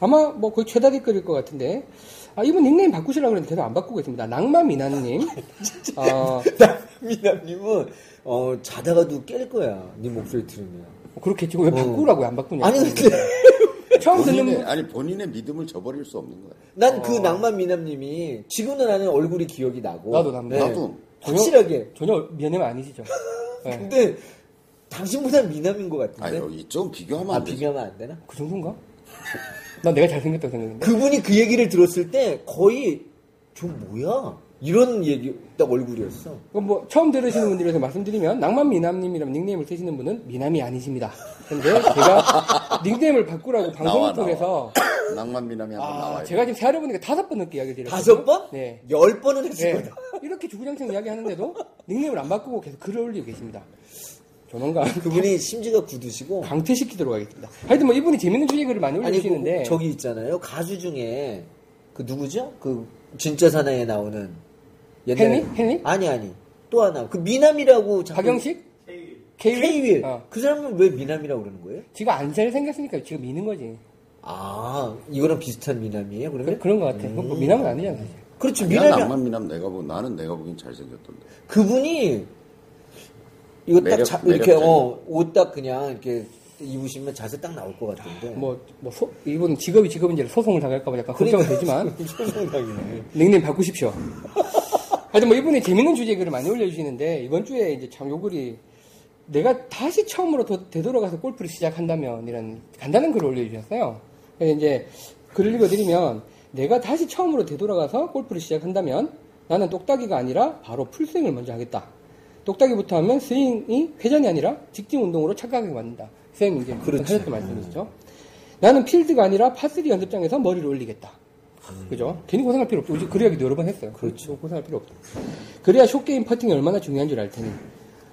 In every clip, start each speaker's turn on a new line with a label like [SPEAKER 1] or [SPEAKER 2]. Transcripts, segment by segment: [SPEAKER 1] 아마 뭐 거의 최다댓글일 것 같은데. 아, 이분 닉네임 바꾸시라고 그랬는데 계속 안 바꾸고 있습니다. 낭만미나님. 어,
[SPEAKER 2] 미남님은 어, 자다가도 깰 거야. 네 목소리 들으면.
[SPEAKER 1] 뭐 그렇겠지.
[SPEAKER 3] 어.
[SPEAKER 1] 왜 바꾸라고요? 안 바꾸냐.
[SPEAKER 2] 아니 근데
[SPEAKER 3] 네.
[SPEAKER 1] 처음
[SPEAKER 3] 본인의,
[SPEAKER 2] 뭐-
[SPEAKER 1] 듣는,
[SPEAKER 3] 아니 네. 본인의 믿음을 저버릴 수 없는 거야.
[SPEAKER 2] 난 그 낭만 미남님이 지금도 나는 얼굴이 기억이 나고 네.
[SPEAKER 1] 나도 납니다.
[SPEAKER 3] 어. 나도. 네.
[SPEAKER 2] 확실하게
[SPEAKER 1] 전혀 미안해면 아니시죠. 네.
[SPEAKER 2] 근데 당신보다 미남인 것
[SPEAKER 3] 아
[SPEAKER 2] 같은데
[SPEAKER 3] 여기 좀 비교하면
[SPEAKER 2] 네. 아
[SPEAKER 3] 안 되지.
[SPEAKER 2] 비교하면 안 되나?
[SPEAKER 1] 그 정도인가? 난 내가 잘생겼다고 생각했는데.
[SPEAKER 2] 그분이 그 얘기를 들었을 때 거의 저 뭐야 이런 얘기 딱 얼굴이었어
[SPEAKER 1] 그럼 뭐 처음 들으시는 분들에서 말씀드리면 낭만 미남님이라는 닉네임을 쓰시는 분은 미남이 아니십니다. 근데 제가 닉네임을 바꾸라고 방송을
[SPEAKER 3] 나와,
[SPEAKER 1] 통해서
[SPEAKER 3] 낭만 미남이 한번
[SPEAKER 1] 아,
[SPEAKER 3] 나와요.
[SPEAKER 1] 제가 지금 세알아보니까 다섯 번 넘게 이야기 드렸어요.
[SPEAKER 2] 다섯 번?
[SPEAKER 1] 네.
[SPEAKER 2] 열 번은 했을
[SPEAKER 1] 네.
[SPEAKER 2] 거다
[SPEAKER 1] 이렇게 주구장창 이야기하는데도 닉네임을 안 바꾸고 계속 글을 올리고 계십니다. 조만간
[SPEAKER 2] 그분이 심지가 굳으시고
[SPEAKER 1] 강퇴시키도록 하겠습니다. 하여튼 뭐 이분이 재밌는 주제 글을 많이
[SPEAKER 2] 아니
[SPEAKER 1] 올리시는데
[SPEAKER 2] 그, 저기 있잖아요 가수 중에 그 누구죠? 그 진짜 사나이에 나오는 그
[SPEAKER 1] 헨리? 헨리?
[SPEAKER 2] 아니 아니 또 하나 그 미남이라고 자꾸-
[SPEAKER 1] 박영식? 케이윌?
[SPEAKER 2] 케이윌
[SPEAKER 1] 어.
[SPEAKER 2] 그 사람은 왜 미남이라고 그러는 거예요?
[SPEAKER 1] 지금 안 잘생겼으니까 지금 미는 거지.
[SPEAKER 2] 아 이거랑 비슷한 미남이에요 그러면?
[SPEAKER 1] 그, 런것 같아. 그건 뭐 미남은 아니잖아. 사실.
[SPEAKER 2] 그렇죠
[SPEAKER 3] 난
[SPEAKER 2] 미남이
[SPEAKER 3] 낭만 미남 내가 보 나는 내가 보기엔 잘생겼던데.
[SPEAKER 2] 그분이 이거 딱
[SPEAKER 3] 매력-
[SPEAKER 2] 자- 이렇게 어,
[SPEAKER 3] 매력적인.
[SPEAKER 2] 옷 딱 그냥 이렇게 입으시면 자세 딱 나올 것 같은데.
[SPEAKER 1] 뭐, 뭐, 소- 이분은 직업이 직업인지 소송을 당할까봐 약간 걱정은 되지만,
[SPEAKER 2] 소상당이네.
[SPEAKER 1] 닉네임 바꾸십시오. 하여튼 뭐 이분이 재밌는 주제 글을 많이 올려주시는데, 이번 주에 이제 참 요 글이 내가 다시 처음으로 도- 되돌아가서 골프를 시작한다면, 이런 간단한 글을 올려주셨어요. 그래서 이제 글을 읽어드리면, 내가 다시 처음으로 되돌아가서 골프를 시작한다면, 나는 똑딱이가 아니라 바로 풀스윙을 먼저 하겠다. 똑딱이부터 하면 스윙이 회전이 아니라 직진 운동으로 착각하게 만든다. 쌤 이제
[SPEAKER 2] 그렇지.
[SPEAKER 1] 하셨던 말씀이시죠. 나는 필드가 아니라 파3 연습장에서 머리를 올리겠다. 그죠? 괜히 고생할 필요 없죠. 우리 그 이야기도 여러 번 했어요. 음. 그렇죠. 고생할 필요 없다. 그래야 숏게임 퍼팅이 얼마나 중요한 줄 알 테니.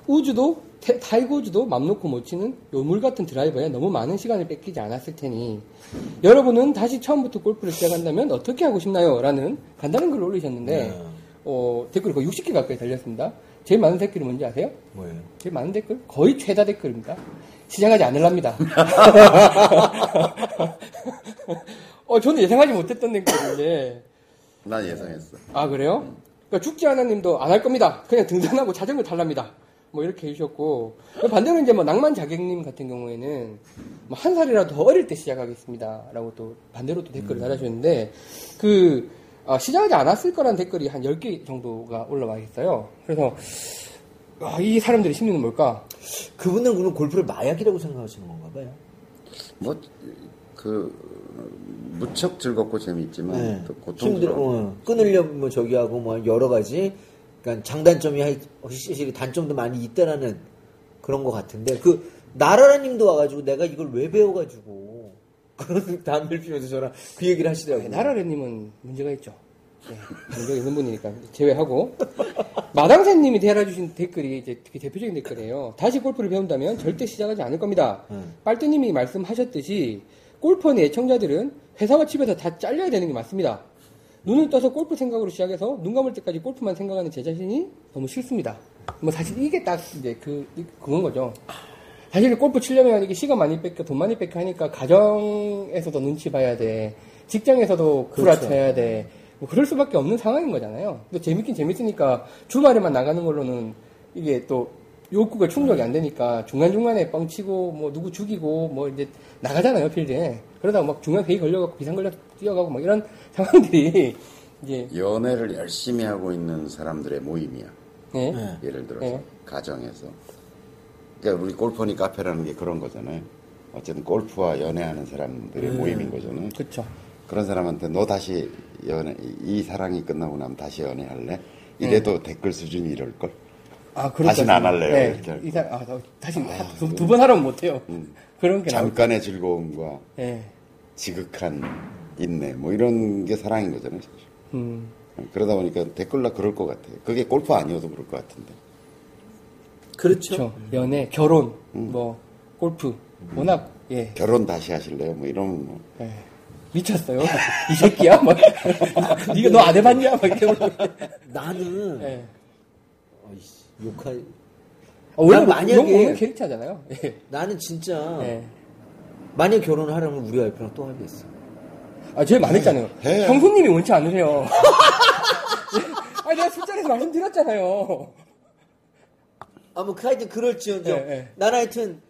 [SPEAKER 1] 우주도, 태- 타이거 우주도 맘 놓고 못 치는 요물 같은 드라이버에 너무 많은 시간을 뺏기지 않았을 테니. 여러분은 다시 처음부터 골프를 시작한다면 어떻게 하고 싶나요? 라는 간단한 글을 올리셨는데,
[SPEAKER 2] 네.
[SPEAKER 1] 어, 댓글이 거의 60개 가까이 달렸습니다. 제일 많은 댓글이 뭔지 아세요?
[SPEAKER 2] 뭐예요?
[SPEAKER 1] 제일 많은 댓글? 거의 최다 댓글입니다. 시장하지 않을랍니다. 어, 저는 예상하지 못했던 댓글인데.
[SPEAKER 3] 난
[SPEAKER 2] 네.
[SPEAKER 3] 예상했어.
[SPEAKER 1] 아, 그래요? 그러니까 죽지 않아님도 안 할 겁니다. 그냥 등산하고 자전거 탈랍니다. 뭐 이렇게 해주셨고. 반대로 이제 뭐 낭만 자객님 같은 경우에는 뭐한 살이라도 더 어릴 때 시작하겠습니다. 라고 또 반대로 또 댓글을 달아주셨는데, 그, 아, 시작하지 않았을 거란 댓글이 한 10개 정도가 올라와 있어요. 그래서, 아, 이 사람들의 심리는 뭘까?
[SPEAKER 2] 그분은 그럼 골프를 마약이라고 생각하시는 건가 봐요.
[SPEAKER 3] 뭐 그 무척 즐겁고 재미있지만 또
[SPEAKER 2] 네. 힘들어.
[SPEAKER 3] 고통스러워.
[SPEAKER 2] 어. 끊으려면 뭐 저기 하고 뭐 여러 가지. 그러니까 장단점이 하- 확실히 단점도 많이 있다라는 그런 것 같은데 그 나라라님도 와가지고 내가 이걸 왜 배워가지고 그런 담배를 피면서 저랑 그 얘기를 하시더라고요.
[SPEAKER 1] 나라레님은 문제가 있죠. 네, 문제가 있는 분이니까 제외하고 마당새님이 달아주신 댓글이 이제 되게 대표적인 댓글이에요. 다시 골프를 배운다면 절대 시작하지 않을 겁니다.
[SPEAKER 2] 음.
[SPEAKER 1] 빨대님이 말씀하셨듯이 골퍼인 애청자들은 회사와 집에서 다 잘려야 되는 게 맞습니다. 눈을 떠서 골프 생각으로 시작해서 눈 감을 때까지 골프만 생각하는 제 자신이 너무 싫습니다. 뭐 사실 이게 딱 이제 그 이- 그건 거죠. 사실 골프 치려면 이게 시간 많이 뺏겨 돈 많이 뺏겨 하니까 가정에서도 눈치 봐야 돼 직장에서도 구라쳐야 돼 뭐 그럴 수밖에 없는 상황인 거잖아요 근데 재밌긴 재밌으니까 주말에만 나가는 걸로는 이게 또 욕구가 충족이 안 되니까 중간중간에 뻥치고 뭐 누구 죽이고 뭐 이제 나가잖아요 필드에 그러다가 막 중간 회의 걸려갖고 비상 걸려 뛰어가고 막 이런 상황들이 이제
[SPEAKER 3] 연애를 열심히 하고 있는 사람들의 모임이야.
[SPEAKER 1] 예.
[SPEAKER 2] 네.
[SPEAKER 3] 예를 들어서
[SPEAKER 1] 네.
[SPEAKER 3] 가정에서 그러니까 우리 골퍼니 카페라는 게 그런 거잖아요. 어쨌든 골프와 연애하는 사람들의
[SPEAKER 2] 음.
[SPEAKER 3] 모임인 거잖아요.
[SPEAKER 1] 그쵸
[SPEAKER 3] 그런 사람한테 너 다시 연애 이 사랑이 끝나고 나면 다시 연애할래? 이래도
[SPEAKER 1] 네.
[SPEAKER 3] 댓글 수준이 이럴 걸.
[SPEAKER 1] 아,
[SPEAKER 3] 다시는 안 할래요,
[SPEAKER 1] 네.
[SPEAKER 3] 이렇게 네. 음. 할
[SPEAKER 1] 이 사람, 아, 나 다시 두 번 하라면 못해요. 그런 게 나올
[SPEAKER 3] 잠깐의 즐거움과
[SPEAKER 1] 예.
[SPEAKER 3] 지극한 인내 뭐 이런 게 사랑인 거잖아요. 사실. 네,
[SPEAKER 1] 음.
[SPEAKER 3] 그러다 보니까 댓글라 그럴 것 같아요. 그게 골프 아니어도 그럴 것 같은데.
[SPEAKER 2] 그렇죠.
[SPEAKER 1] 그렇죠. 연애, 결혼,
[SPEAKER 3] 음.
[SPEAKER 1] 뭐 골프, 워낙 예.
[SPEAKER 3] 결혼 다시 하실래요? 뭐 이러면 뭐.
[SPEAKER 1] 예. 미쳤어요. 이 새끼야. 막. 네가 너 안 해봤냐? 막 이렇게. 물어보고.
[SPEAKER 2] 나는
[SPEAKER 1] 예.
[SPEAKER 2] 어이씨, 욕할
[SPEAKER 1] 아, 원래
[SPEAKER 2] 난 만약에-
[SPEAKER 1] 만약에 오는 캐릭터잖아요. 예.
[SPEAKER 2] 나는 진짜
[SPEAKER 1] 예.
[SPEAKER 2] 만약 결혼을 하려면 우리 와이프랑 또 하겠어.
[SPEAKER 1] 아, 제일 많았잖아요.
[SPEAKER 3] 네.
[SPEAKER 1] 형수님이 원치 않으세요. 아, 내가 술자리에서 말씀드렸잖아요.
[SPEAKER 2] 아뭐 그 하여튼 그럴지언정
[SPEAKER 1] 예, 예.
[SPEAKER 2] 난 하여튼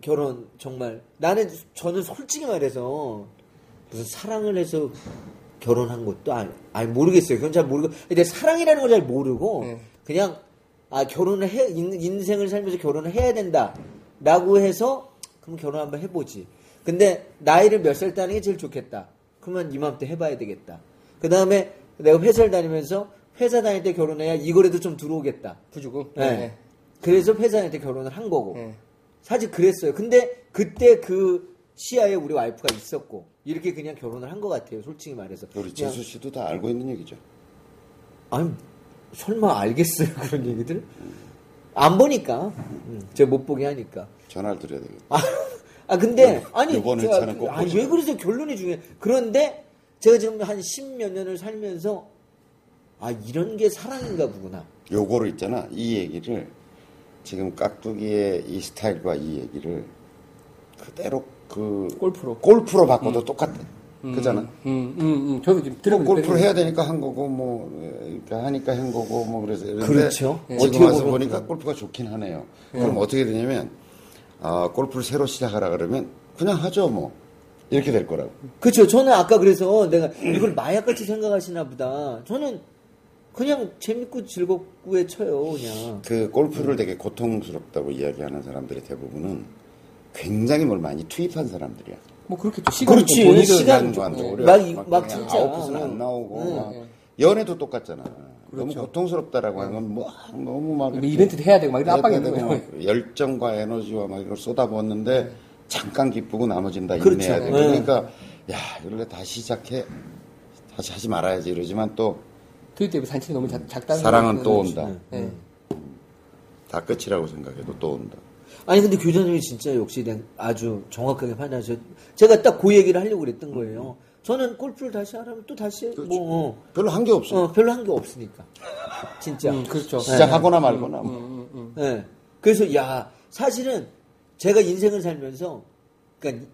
[SPEAKER 2] 결혼 정말 나는 저는 솔직히 말해서 무슨 사랑을 해서 결혼한 것도 아니, 아니 모르겠어요. 그건 잘 모르고 근데 사랑이라는 걸 잘 모르고
[SPEAKER 1] 예.
[SPEAKER 2] 그냥 아 결혼을 해 인, 인생을 살면서 결혼을 해야 된다라고 해서 그럼 결혼 한번 해보지. 근데 나이를 몇 살 따는 게 제일 좋겠다. 그러면 이맘때 해봐야 되겠다. 그 다음에 내가 회사를 다니면서 회사 다닐 때 결혼해야 이거라도 좀 들어오겠다.
[SPEAKER 1] 부주고.
[SPEAKER 2] 네. 그래서 회사한테 결혼을 한 거고.
[SPEAKER 1] 네.
[SPEAKER 2] 사실 그랬어요. 근데 그때 그 시야에 우리 와이프가 있었고 이렇게 그냥 결혼을 한 것 같아요. 솔직히 말해서.
[SPEAKER 1] 네.
[SPEAKER 3] 우리
[SPEAKER 2] 그냥,
[SPEAKER 3] 재수 씨도 다 알고 있는 얘기죠.
[SPEAKER 2] 아니 설마 알겠어요 그런 얘기들? 안 보니까 음, 제가 못 보게 하니까.
[SPEAKER 3] 전화를 드려야 되겠다.
[SPEAKER 2] 아, 아, 근데 아니
[SPEAKER 3] 네. 요번
[SPEAKER 2] 제가
[SPEAKER 3] 회차는 꼭
[SPEAKER 2] 아,
[SPEAKER 3] 보자.
[SPEAKER 2] 왜 그래서 결론이 중요해. 그런데 제가 지금 한 십 몇 년을 살면서 아 이런 게 사랑인가 보구나.
[SPEAKER 3] 요거를 있잖아. 이 얘기를 지금 깍두기의 이 스타일과 이 얘기를 그대로 그
[SPEAKER 1] 골프로.
[SPEAKER 3] 골프로 바꿔도 똑같아. 그잖아.
[SPEAKER 1] 음, 음, 음. 저도 지금 들어보니까.
[SPEAKER 3] 뭐 골프를 해야 되니까 한 거고 뭐 그러니까 하니까 한 거고 뭐 그래서 이런데
[SPEAKER 2] 그렇죠. 예. 어떻게
[SPEAKER 3] 지금 와서
[SPEAKER 2] 보면
[SPEAKER 3] 보니까 골프가 좋긴 하네요. 그럼 어떻게 되냐면 아, 골프를 새로 시작하라 그러면 그냥 하죠 뭐 이렇게 될 거라고.
[SPEAKER 2] 그렇죠. 저는 아까 그래서 내가 이걸 마약같이 생각하시나 보다. 저는 그냥 재밌고 즐겁고에 쳐요, 그냥.
[SPEAKER 3] 그 골프를 되게 고통스럽다고 이야기하는 사람들의 대부분은 굉장히 뭘 많이 투입한 사람들이야.
[SPEAKER 1] 뭐 그렇게 또 시간
[SPEAKER 2] 그렇지.
[SPEAKER 1] 돈이
[SPEAKER 2] 시간
[SPEAKER 3] 시간
[SPEAKER 2] 좀-
[SPEAKER 3] 안
[SPEAKER 2] 예.
[SPEAKER 3] 돼.
[SPEAKER 2] 막 이- 막 진짜.
[SPEAKER 3] 아웃풋은
[SPEAKER 2] 응.
[SPEAKER 3] 안 나오고
[SPEAKER 2] 응.
[SPEAKER 3] 막 연애도 똑같잖아. 너무
[SPEAKER 1] 그렇죠.
[SPEAKER 3] 고통스럽다라고 하면 뭐 아, 너무 막
[SPEAKER 1] 근데 이벤트도 해야 되고 막 이런 압박이 있는 거예요.
[SPEAKER 3] 막 열정과 에너지와 막 이걸 쏟아부었는데 잠깐 기쁘고 나머지는 다
[SPEAKER 2] 그렇죠.
[SPEAKER 3] 인내해야 돼.
[SPEAKER 2] 네.
[SPEAKER 3] 그러니까 야 이걸 다 시작해 다시 하지 말아야지 이러지만 또
[SPEAKER 1] 그렇기 때문에 산책이 너무 작, 작다는
[SPEAKER 3] 사랑은
[SPEAKER 1] 거는-
[SPEAKER 3] 또 온다.
[SPEAKER 1] 예.
[SPEAKER 3] 다 끝이라고 생각해도 또 온다.
[SPEAKER 2] 아니 근데 교장님이 진짜 역시 난 아주 정확하게 판단하셔. 제가 딱 그 얘기를 하려고 그랬던 거예요. 저는 골프를 다시 하라면 또 다시 뭐 어.
[SPEAKER 3] 별로 한 게 없어.
[SPEAKER 2] 어, 별로 한 게 없으니까. 진짜.
[SPEAKER 1] 음, 그렇죠. 음,
[SPEAKER 3] 시작하거나 말거나 뭐.
[SPEAKER 2] 예. 그래서 야 사실은 제가 인생을 살면서 그러니까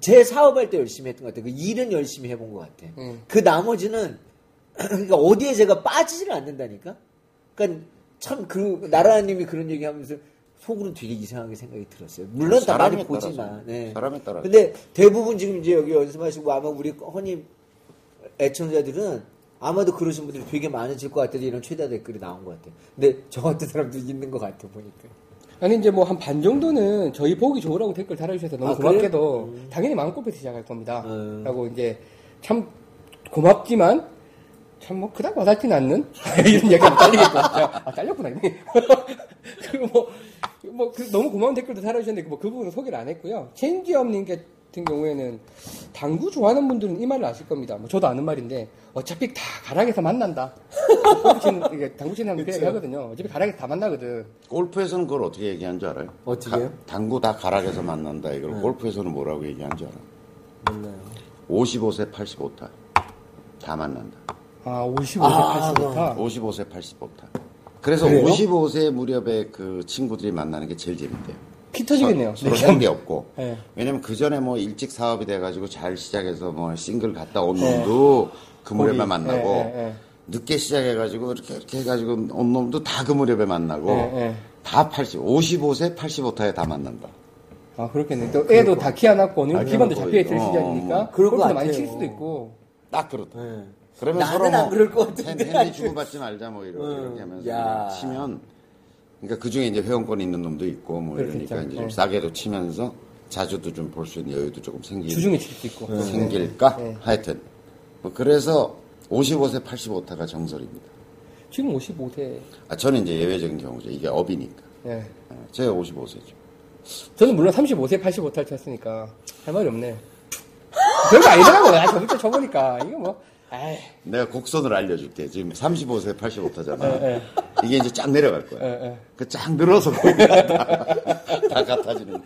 [SPEAKER 2] 제 사업할 때 열심히 했던 것 같아요. 그 일은 열심히 해본 것 같아.
[SPEAKER 1] 음.
[SPEAKER 2] 그 나머지는 그러니까 어디에 제가 빠지질 않는다니까. 그러니까 참 그 나라님이 그런 얘기하면서 속으로 되게 이상하게 생각이 들었어요. 물론 다 많이
[SPEAKER 3] 사람에 따라서.
[SPEAKER 2] 보지만. 예.
[SPEAKER 3] 사람에 따라서.
[SPEAKER 2] 근데 대부분 지금 이제 여기 연습하시고 아마 우리 허님 애청자들은 아마도 그러신 분들이 되게 많으실 것 같아서 이런 최다 댓글이 나온 것 같아요. 근데 저 같은 사람도 있는 것 같아 보니까.
[SPEAKER 1] 아니 이제 뭐 한 반 정도는 저희 보기 좋으라고 댓글 달아주셔서 너무
[SPEAKER 2] 아, 그래요?
[SPEAKER 1] 고맙게도 당연히 마음골프에서 시작할 겁니다.
[SPEAKER 2] 음.
[SPEAKER 1] 라고 이제 참 고맙지만 참 뭐 그닥 와닿진 않는 이런 얘기가 딸리겠고 아 딸렸구나 이미 그리고 뭐, 뭐 그, 너무 고마운 댓글도 달아주셨는데 뭐 그 부분은 소개를 안 했고요. 체인지업님 같은 경우에는 당구 좋아하는 분들은 이 말을 아실 겁니다. 뭐 저도 아는 말인데 어차피 다 가락에서 만난다. 골프 치는- 이게 당구 치는 사람 그 얘기하거든요. 어차피 가락에서 다 만나거든.
[SPEAKER 3] 골프에서는 그걸 어떻게 얘기한 줄 알아요?
[SPEAKER 2] 어떻게
[SPEAKER 3] 가-
[SPEAKER 2] 해요? 네.
[SPEAKER 3] 당구 다 가락에서 만난다. 이걸 골프에서는 뭐라고 얘기한 줄 알아?
[SPEAKER 2] 몰라요.
[SPEAKER 3] 55세 85타 다 만난다.
[SPEAKER 1] 아, 55세,
[SPEAKER 2] 아,
[SPEAKER 1] 85타.
[SPEAKER 3] 55세 85타. 그래서
[SPEAKER 2] 그래요?
[SPEAKER 3] 55세 무렵에 그 친구들이 만나는 게 제일 재밌대요.
[SPEAKER 1] 피 터지겠네요.
[SPEAKER 3] 서로
[SPEAKER 1] 네.
[SPEAKER 3] 생기 없고.
[SPEAKER 1] 네.
[SPEAKER 3] 왜냐면 그 전에 뭐 일찍 사업이 돼가지고 잘 시작해서 뭐 싱글 갔다 온 놈도 그 무렵에
[SPEAKER 1] 네. 거기,
[SPEAKER 3] 만나고
[SPEAKER 1] 예, 예, 예.
[SPEAKER 3] 늦게 시작해가지고 이렇게, 이렇게 해가지고 온 놈도 다 그 무렵에 만나고
[SPEAKER 1] 예, 예.
[SPEAKER 3] 다 80, 55세 85타에 다 만난다.
[SPEAKER 1] 아, 그렇겠네. 또 애도 다 키워놨고, 어느 정도
[SPEAKER 3] 다
[SPEAKER 1] 기반도
[SPEAKER 3] 키워놨고,
[SPEAKER 1] 잡혀있을
[SPEAKER 3] 어,
[SPEAKER 1] 시절이니까.
[SPEAKER 2] 그럴 것
[SPEAKER 1] 골프도 많이
[SPEAKER 2] 같아요.
[SPEAKER 1] 칠 수도 있고.
[SPEAKER 3] 딱 그렇다.
[SPEAKER 2] 네.
[SPEAKER 3] 그러면
[SPEAKER 2] 나는
[SPEAKER 3] 서로
[SPEAKER 2] 안
[SPEAKER 3] 뭐
[SPEAKER 2] 그럴 것 같은데.
[SPEAKER 3] 핸- 핸디 주고받지 말자 뭐 이러-
[SPEAKER 1] 음,
[SPEAKER 3] 이렇게, 하면서
[SPEAKER 2] 야.
[SPEAKER 3] 그냥 치면 그러니까 그 중에 이제 회원권 있는 놈도 있고 뭐
[SPEAKER 1] 그렇겠죠.
[SPEAKER 3] 이러니까 이제 좀
[SPEAKER 1] 네.
[SPEAKER 3] 싸게도 치면서 자주도 좀 볼 수 있는 여유도 조금 생기
[SPEAKER 1] 주중에 칠 수도 있고.
[SPEAKER 3] 예. 생길까
[SPEAKER 1] 네.
[SPEAKER 3] 하여튼 뭐 그래서 55세 85타가 정설입니다.
[SPEAKER 1] 지금 55세.
[SPEAKER 3] 아 저는 이제 예외적인 경우죠. 이게 업이니까
[SPEAKER 1] 예.
[SPEAKER 3] 어, 제가 55세죠.
[SPEAKER 1] 저는 물론 35세 85타를 쳤으니까. 할 말이 없네. 별거 아니더라고요. 아, 저부터 쳐보니까. 이거 뭐. 에이.
[SPEAKER 3] 내가 곡선을 알려줄게. 지금 35세 85타잖아.
[SPEAKER 1] 네.
[SPEAKER 3] 이게 이제 쫙 내려갈 거야.
[SPEAKER 1] 네, 네.
[SPEAKER 3] 그 쫙 늘어서 보니까 다, 다 같아지는.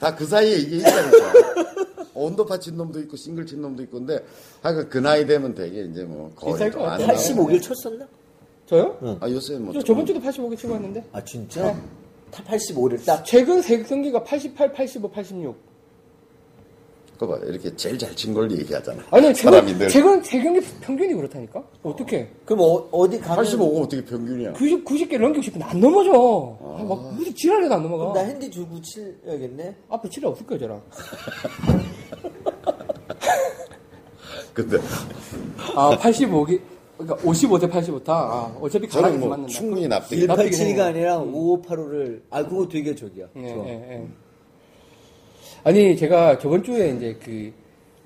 [SPEAKER 3] 다 그 사이에 이게 있다니까. 온도파 친 놈도 있고 싱글 친 놈도 있고 근데 하여간 그 나이 되면 되게 이제 뭐 거의
[SPEAKER 1] 비쌀 것
[SPEAKER 3] 좀안
[SPEAKER 1] 같아.
[SPEAKER 2] 85길 쳤었나?
[SPEAKER 1] 저요?
[SPEAKER 3] 아 요새 뭐
[SPEAKER 1] 저 저번 주도 85개 치고 왔는데.
[SPEAKER 2] 아 진짜?
[SPEAKER 1] 네.
[SPEAKER 2] 타 85를 딱.
[SPEAKER 1] 최근 세 경기가 88, 85, 86.
[SPEAKER 3] 그거 봐. 이렇게 제일 잘 친 걸 얘기하잖아.
[SPEAKER 1] 아니,
[SPEAKER 3] 사람이 늘.
[SPEAKER 1] 제가, 제가, 제 경기 평균이 그렇다니까? 어떻게?
[SPEAKER 2] 그럼 어, 어디 가면
[SPEAKER 3] 85가 어떻게 평균이야?
[SPEAKER 1] 90, 90개 넘기고 싶은데 안 넘어져. 아, 막 무슨 지랄해도 안
[SPEAKER 2] 그럼
[SPEAKER 1] 넘어가.
[SPEAKER 2] 나 핸디 주고 칠야겠네.
[SPEAKER 1] 앞에 지랄 없을 거야, 저랑.
[SPEAKER 3] 근데
[SPEAKER 1] 아, 85개, 그러니까 55 대 85타. 아, 어차피
[SPEAKER 3] 저는
[SPEAKER 1] 가락에서
[SPEAKER 3] 뭐
[SPEAKER 1] 맞는다.
[SPEAKER 3] 충분히 납득이 돼.
[SPEAKER 1] 나-
[SPEAKER 2] 187이가 아니라 5585를 아 그거 되게 저기야.
[SPEAKER 1] 예,
[SPEAKER 2] 좋아.
[SPEAKER 1] 예, 예. 아니, 제가 저번 주에 이제 그,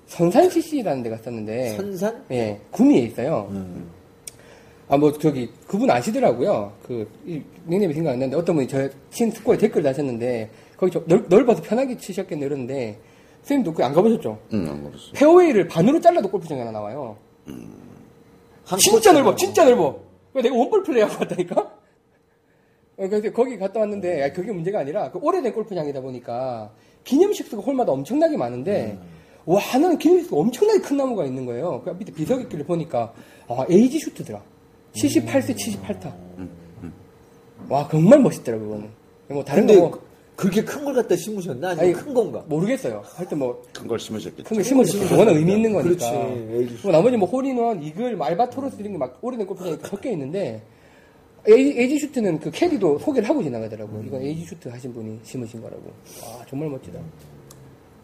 [SPEAKER 1] 선산 CC라는 데 갔었는데.
[SPEAKER 2] 선산?
[SPEAKER 1] 예, 구미에 있어요. 아, 뭐, 저기, 그분 아시더라고요. 그, 이 닉네임이 생각 안 나는데, 어떤 분이 저 친스코에 댓글 다셨는데, 거기 좀 넓, 넓어서 편하게 치셨겠네, 이러는데, 선생님도 그 안 가보셨죠?
[SPEAKER 3] 응, 음, 안 그랬어.
[SPEAKER 1] 페어웨이를 반으로 잘라도 골프장이 하나 나와요.
[SPEAKER 2] 한
[SPEAKER 1] 진짜
[SPEAKER 2] 코스잖아.
[SPEAKER 1] 넓어, 진짜 넓어. 그래서 내가 원볼 플레이하고 왔다니까? 어, 그래서 거기 갔다 왔는데, 아, 그게 문제가 아니라, 그 오래된 골프장이다 보니까, 기념식 수가 홀마다 엄청나게 많은데,
[SPEAKER 2] 음.
[SPEAKER 1] 와, 하나는 기념식 수가 엄청나게 큰 나무가 있는 거예요. 그 밑에 비석있기를 보니까, 아, 에이지 슈트더라. 78세 78타.
[SPEAKER 2] 음,
[SPEAKER 1] 와, 정말 멋있더라고, 그거는. 뭐, 다른
[SPEAKER 2] 근데
[SPEAKER 1] 거 뭐,
[SPEAKER 2] 그렇게 큰 걸 갖다 심으셨나? 아니면
[SPEAKER 1] 아니,
[SPEAKER 2] 큰 건가?
[SPEAKER 1] 모르겠어요. 하여튼 뭐,
[SPEAKER 3] 큰 걸 심으셨겠지.
[SPEAKER 1] 큰 게 심어지고 그거는 의미 있는 거니까.
[SPEAKER 2] 그렇지. 에이지
[SPEAKER 1] 그리고 나머지 뭐 홀인원, 이글, 알바토로스 이런 게 막 오래된 골프장에 섞여 있는데 에이- 에이지 슈트는 그 캐디도 소개를 하고 지나가더라고. 요 이건 에이지 슈트 하신 분이 심으신 거라고. 아 정말 멋지다.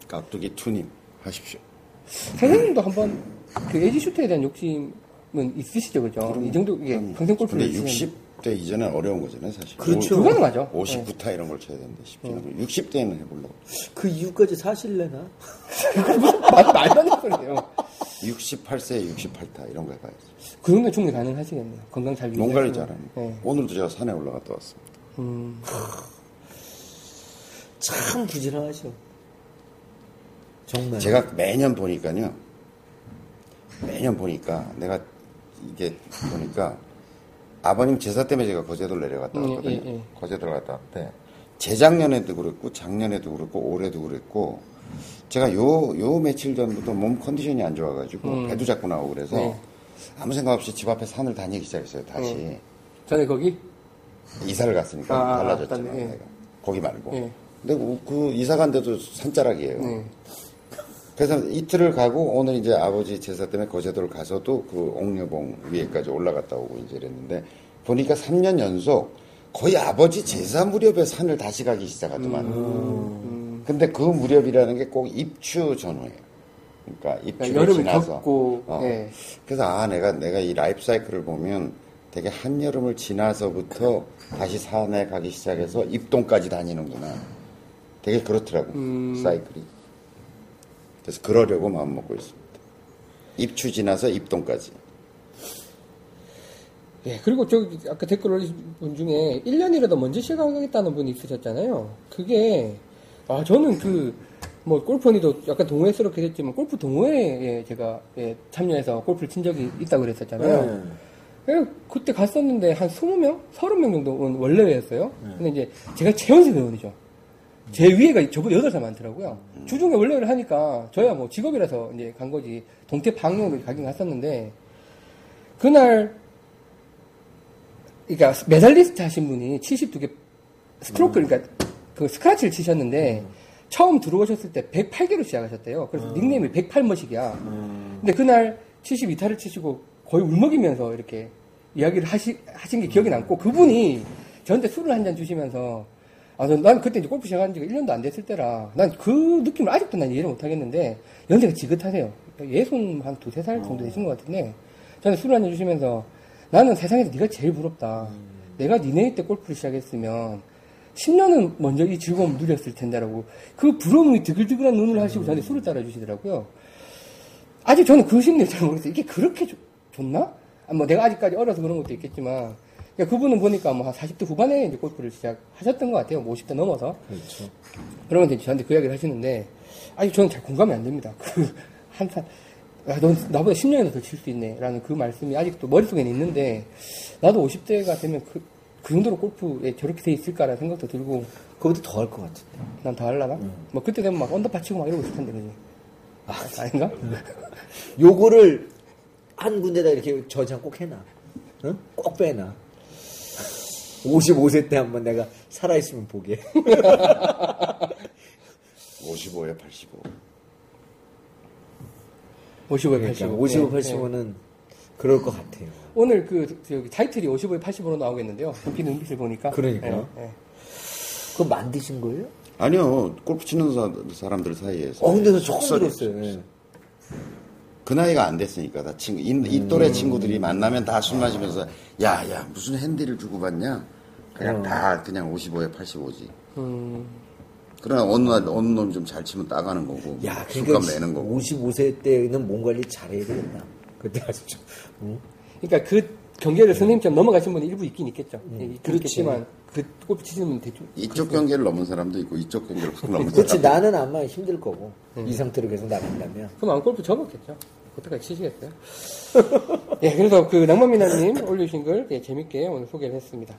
[SPEAKER 3] 깍두기 투님 하십시오.
[SPEAKER 1] 선생님도 한번 그 에이지 슈트에 대한 욕심은 있으시죠, 그죠? 이 정도 이게 평생 골프를
[SPEAKER 3] 근데
[SPEAKER 1] 치시는-
[SPEAKER 3] 60대 이전에 어려운 거잖아요, 사실.
[SPEAKER 2] 그렇죠.
[SPEAKER 3] 오-
[SPEAKER 1] 그거는 맞아. 어.
[SPEAKER 3] 59타 이런 걸 쳐야 되는데 쉽지 않고 60대에는 해보려고.
[SPEAKER 2] 그 이유까지 사실래나?
[SPEAKER 1] 말- 말도 안 되는 소리예요.
[SPEAKER 3] 68세에 68타 이런 거 해봐야지.
[SPEAKER 1] 그 정도 충분히 가능하시겠네요. 건강 잘 유지하시고.
[SPEAKER 3] 농가를 잘하는.
[SPEAKER 1] 네.
[SPEAKER 3] 오늘도 제가 산에 올라갔다 왔습니다.
[SPEAKER 2] 참 부지런하셔. 정말.
[SPEAKER 3] 제가 매년 보니까요. 매년 보니까 내가 이게 보니까 아버님 제사 때문에 제가 거제도를 내려갔다
[SPEAKER 1] 예,
[SPEAKER 3] 왔거든요.
[SPEAKER 1] 예, 예.
[SPEAKER 3] 거제도를 갔다 왔대. 재작년에도 그랬고 작년에도 그랬고 올해도 그랬고 제가 요, 요 며칠 전부터 몸 컨디션이 안 좋아가지고 배도 자꾸 나오고 그래서
[SPEAKER 1] 음. 네.
[SPEAKER 3] 아무 생각 없이 집 앞에 산을 다니기 시작했어요. 다시
[SPEAKER 1] 전에 거기
[SPEAKER 3] 이사를 갔으니까
[SPEAKER 1] 네. 아, 아,
[SPEAKER 3] 달라졌지만
[SPEAKER 1] 딴데, 예.
[SPEAKER 3] 내가 거기 말고
[SPEAKER 1] 예.
[SPEAKER 3] 근데 그- 그 이사 간 데도 산자락이에요.
[SPEAKER 1] 네.
[SPEAKER 3] 그래서 이틀을 가고 오늘 이제 아버지 제사 때문에 거제도를 가서도 그 옥녀봉 위에까지 올라갔다 오고 이제 이랬는데 보니까 3년 연속 거의 아버지 제사 무렵에 산을 다시 가기 시작하더만.
[SPEAKER 1] 음.
[SPEAKER 3] 근데 그 무렵이라는 게 꼭 입추 전후예요. 그러니까 입추를
[SPEAKER 1] 여름을
[SPEAKER 3] 지나서
[SPEAKER 1] 겪고,
[SPEAKER 3] 어.
[SPEAKER 1] 예.
[SPEAKER 3] 그래서 아 내가 내가 이 라이프 사이클을 보면 되게 한 여름을 지나서부터 다시 산에 가기 시작해서 입동까지 다니는구나. 되게 그렇더라고
[SPEAKER 1] 음.
[SPEAKER 3] 사이클이. 그래서 그러려고 마음 먹고 있습니다. 입추 지나서 입동까지.
[SPEAKER 1] 예, 그리고 저기 아까 댓글 올리신 분 중에 1년이라도 먼저 시작하겠다는 분이 있으셨잖아요. 그게, 아, 저는 그, 뭐, 골프니도 약간 동호회스럽게 됐지만, 골프 동호회에 제가 예, 참여해서 골프를 친 적이 있다고 그랬었잖아요.
[SPEAKER 2] 네.
[SPEAKER 1] 예, 그때 갔었는데 한 20명? 30명 정도 온 원래회였어요. 근데 이제 제가 최연소 회원이죠. 제 위에가 저보다 8살 많더라고요. 주중에 원래회를 하니까 저야 뭐 직업이라서 이제 간 거지, 동태 방영으로 가긴 갔었는데, 그날 그러니까 메달리스트 하신 분이 72개 스트로크 그러니까 그 스크라치를 치셨는데 처음 들어오셨을 때 108개로 시작하셨대요. 그래서 닉네임이 108머식이야. 근데 그날 72타를 치시고 거의 울먹이면서 이렇게 이야기를 하시, 하신 게 기억이 남고 그분이 저한테 술을 한 잔 주시면서 아, 전- 난 그때 이제 골프 시작한 지가 1년도 안 됐을 때라 난 그 느낌을 아직도 난 이해를 못 하겠는데 연세가 지긋하세요. 예순 한 두세 살 정도 되신 것 같은데 저한테 술을 한 잔 주시면서 나는 세상에서 네가 제일 부럽다. 내가 니네 때 골프를 시작했으면 10년은 먼저 이 즐거움을 누렸을 텐데라고 그 부러움이 드글드글한 눈을 하시고 저한테 술을 따라주시더라고요. 아직 저는 그 심리를 잘 모르겠어요. 이게 그렇게 좋, 좋나? 아, 뭐 내가 아직까지 어려서 그런 것도 있겠지만 그분은 보니까 뭐 한 40대 후반에 이제 골프를 시작하셨던 것 같아요. 뭐 50대 넘어서.
[SPEAKER 2] 그렇죠.
[SPEAKER 1] 그러면 이제 저한테 그 이야기를 하시는데 아직 저는 잘 공감이 안 됩니다. 그 한탄 야, 넌 나보다 10년이나 더 칠 수 있네. 라는 그 말씀이 아직도 머릿속에 있는데, 나도 50대가 되면 그, 그 정도로 골프에 저렇게 돼 있을까라는 생각도 들고,
[SPEAKER 2] 그거보다 더 할 것 같은데.
[SPEAKER 1] 난 더 할라나?
[SPEAKER 2] 음.
[SPEAKER 1] 뭐 그때 되면 막 언더파 치고 막 이러고 있을 텐데, 그지? 아, 아닌가?
[SPEAKER 2] 요거를 한 군데다 이렇게 저장 꼭 해놔. 응? 꼭 빼놔. 55세 때 한번 내가 살아있으면 보게.
[SPEAKER 3] 55에 85.
[SPEAKER 1] 55에
[SPEAKER 3] 그러니까
[SPEAKER 1] 85.
[SPEAKER 2] 55,
[SPEAKER 1] 네, 네.
[SPEAKER 2] 85는 그럴 것 같아요.
[SPEAKER 1] 오늘 그 저기 타이틀이 55에 85로 나오겠는데요. 눈빛 눈빛을 보니까.
[SPEAKER 2] 그러니까요.
[SPEAKER 1] 네, 네.
[SPEAKER 2] 그거 만드신 거예요?
[SPEAKER 3] 아니요 골프 치는 사- 사람들 사이에서
[SPEAKER 2] 어, 근데 저 처음
[SPEAKER 3] 속설이
[SPEAKER 2] 들었어요.
[SPEAKER 3] 없어요.
[SPEAKER 2] 네.
[SPEAKER 3] 그 나이가 안 됐으니까 다 친구 이, 이 또래 친구들이 만나면 다 술 마시면서 야야 무슨 핸디를 주고 받냐 그냥 다 그냥 55에 85지 음. 그러나 어느 날 어느 놈 좀 잘 치면 따가는 거고
[SPEAKER 2] 야,
[SPEAKER 3] 술값
[SPEAKER 2] 그러니까
[SPEAKER 3] 내는 거고
[SPEAKER 2] 55세 때는 몸 관리 잘해야 되겠다. 그때 아주 좀. 응?
[SPEAKER 1] 그러니까 그 경계를 선생님처럼 넘어가신 분이 일부 있긴 있겠죠. 음, 그렇겠지만 그 골프 치시는 대충
[SPEAKER 3] 이쪽 경계를 넘은 사람도 있고 이쪽 경계를 훅 넘은
[SPEAKER 2] 그렇지,
[SPEAKER 3] 사람도
[SPEAKER 2] 나는 아마 힘들 거고. 이 상태로 계속 나간다면.
[SPEAKER 1] 그럼 안 골프 접었겠죠. 그때까지 치시겠어요? 예, 그래서 그 낭만미나님 올려주신 걸 예, 재밌게 오늘 소개를 했습니다.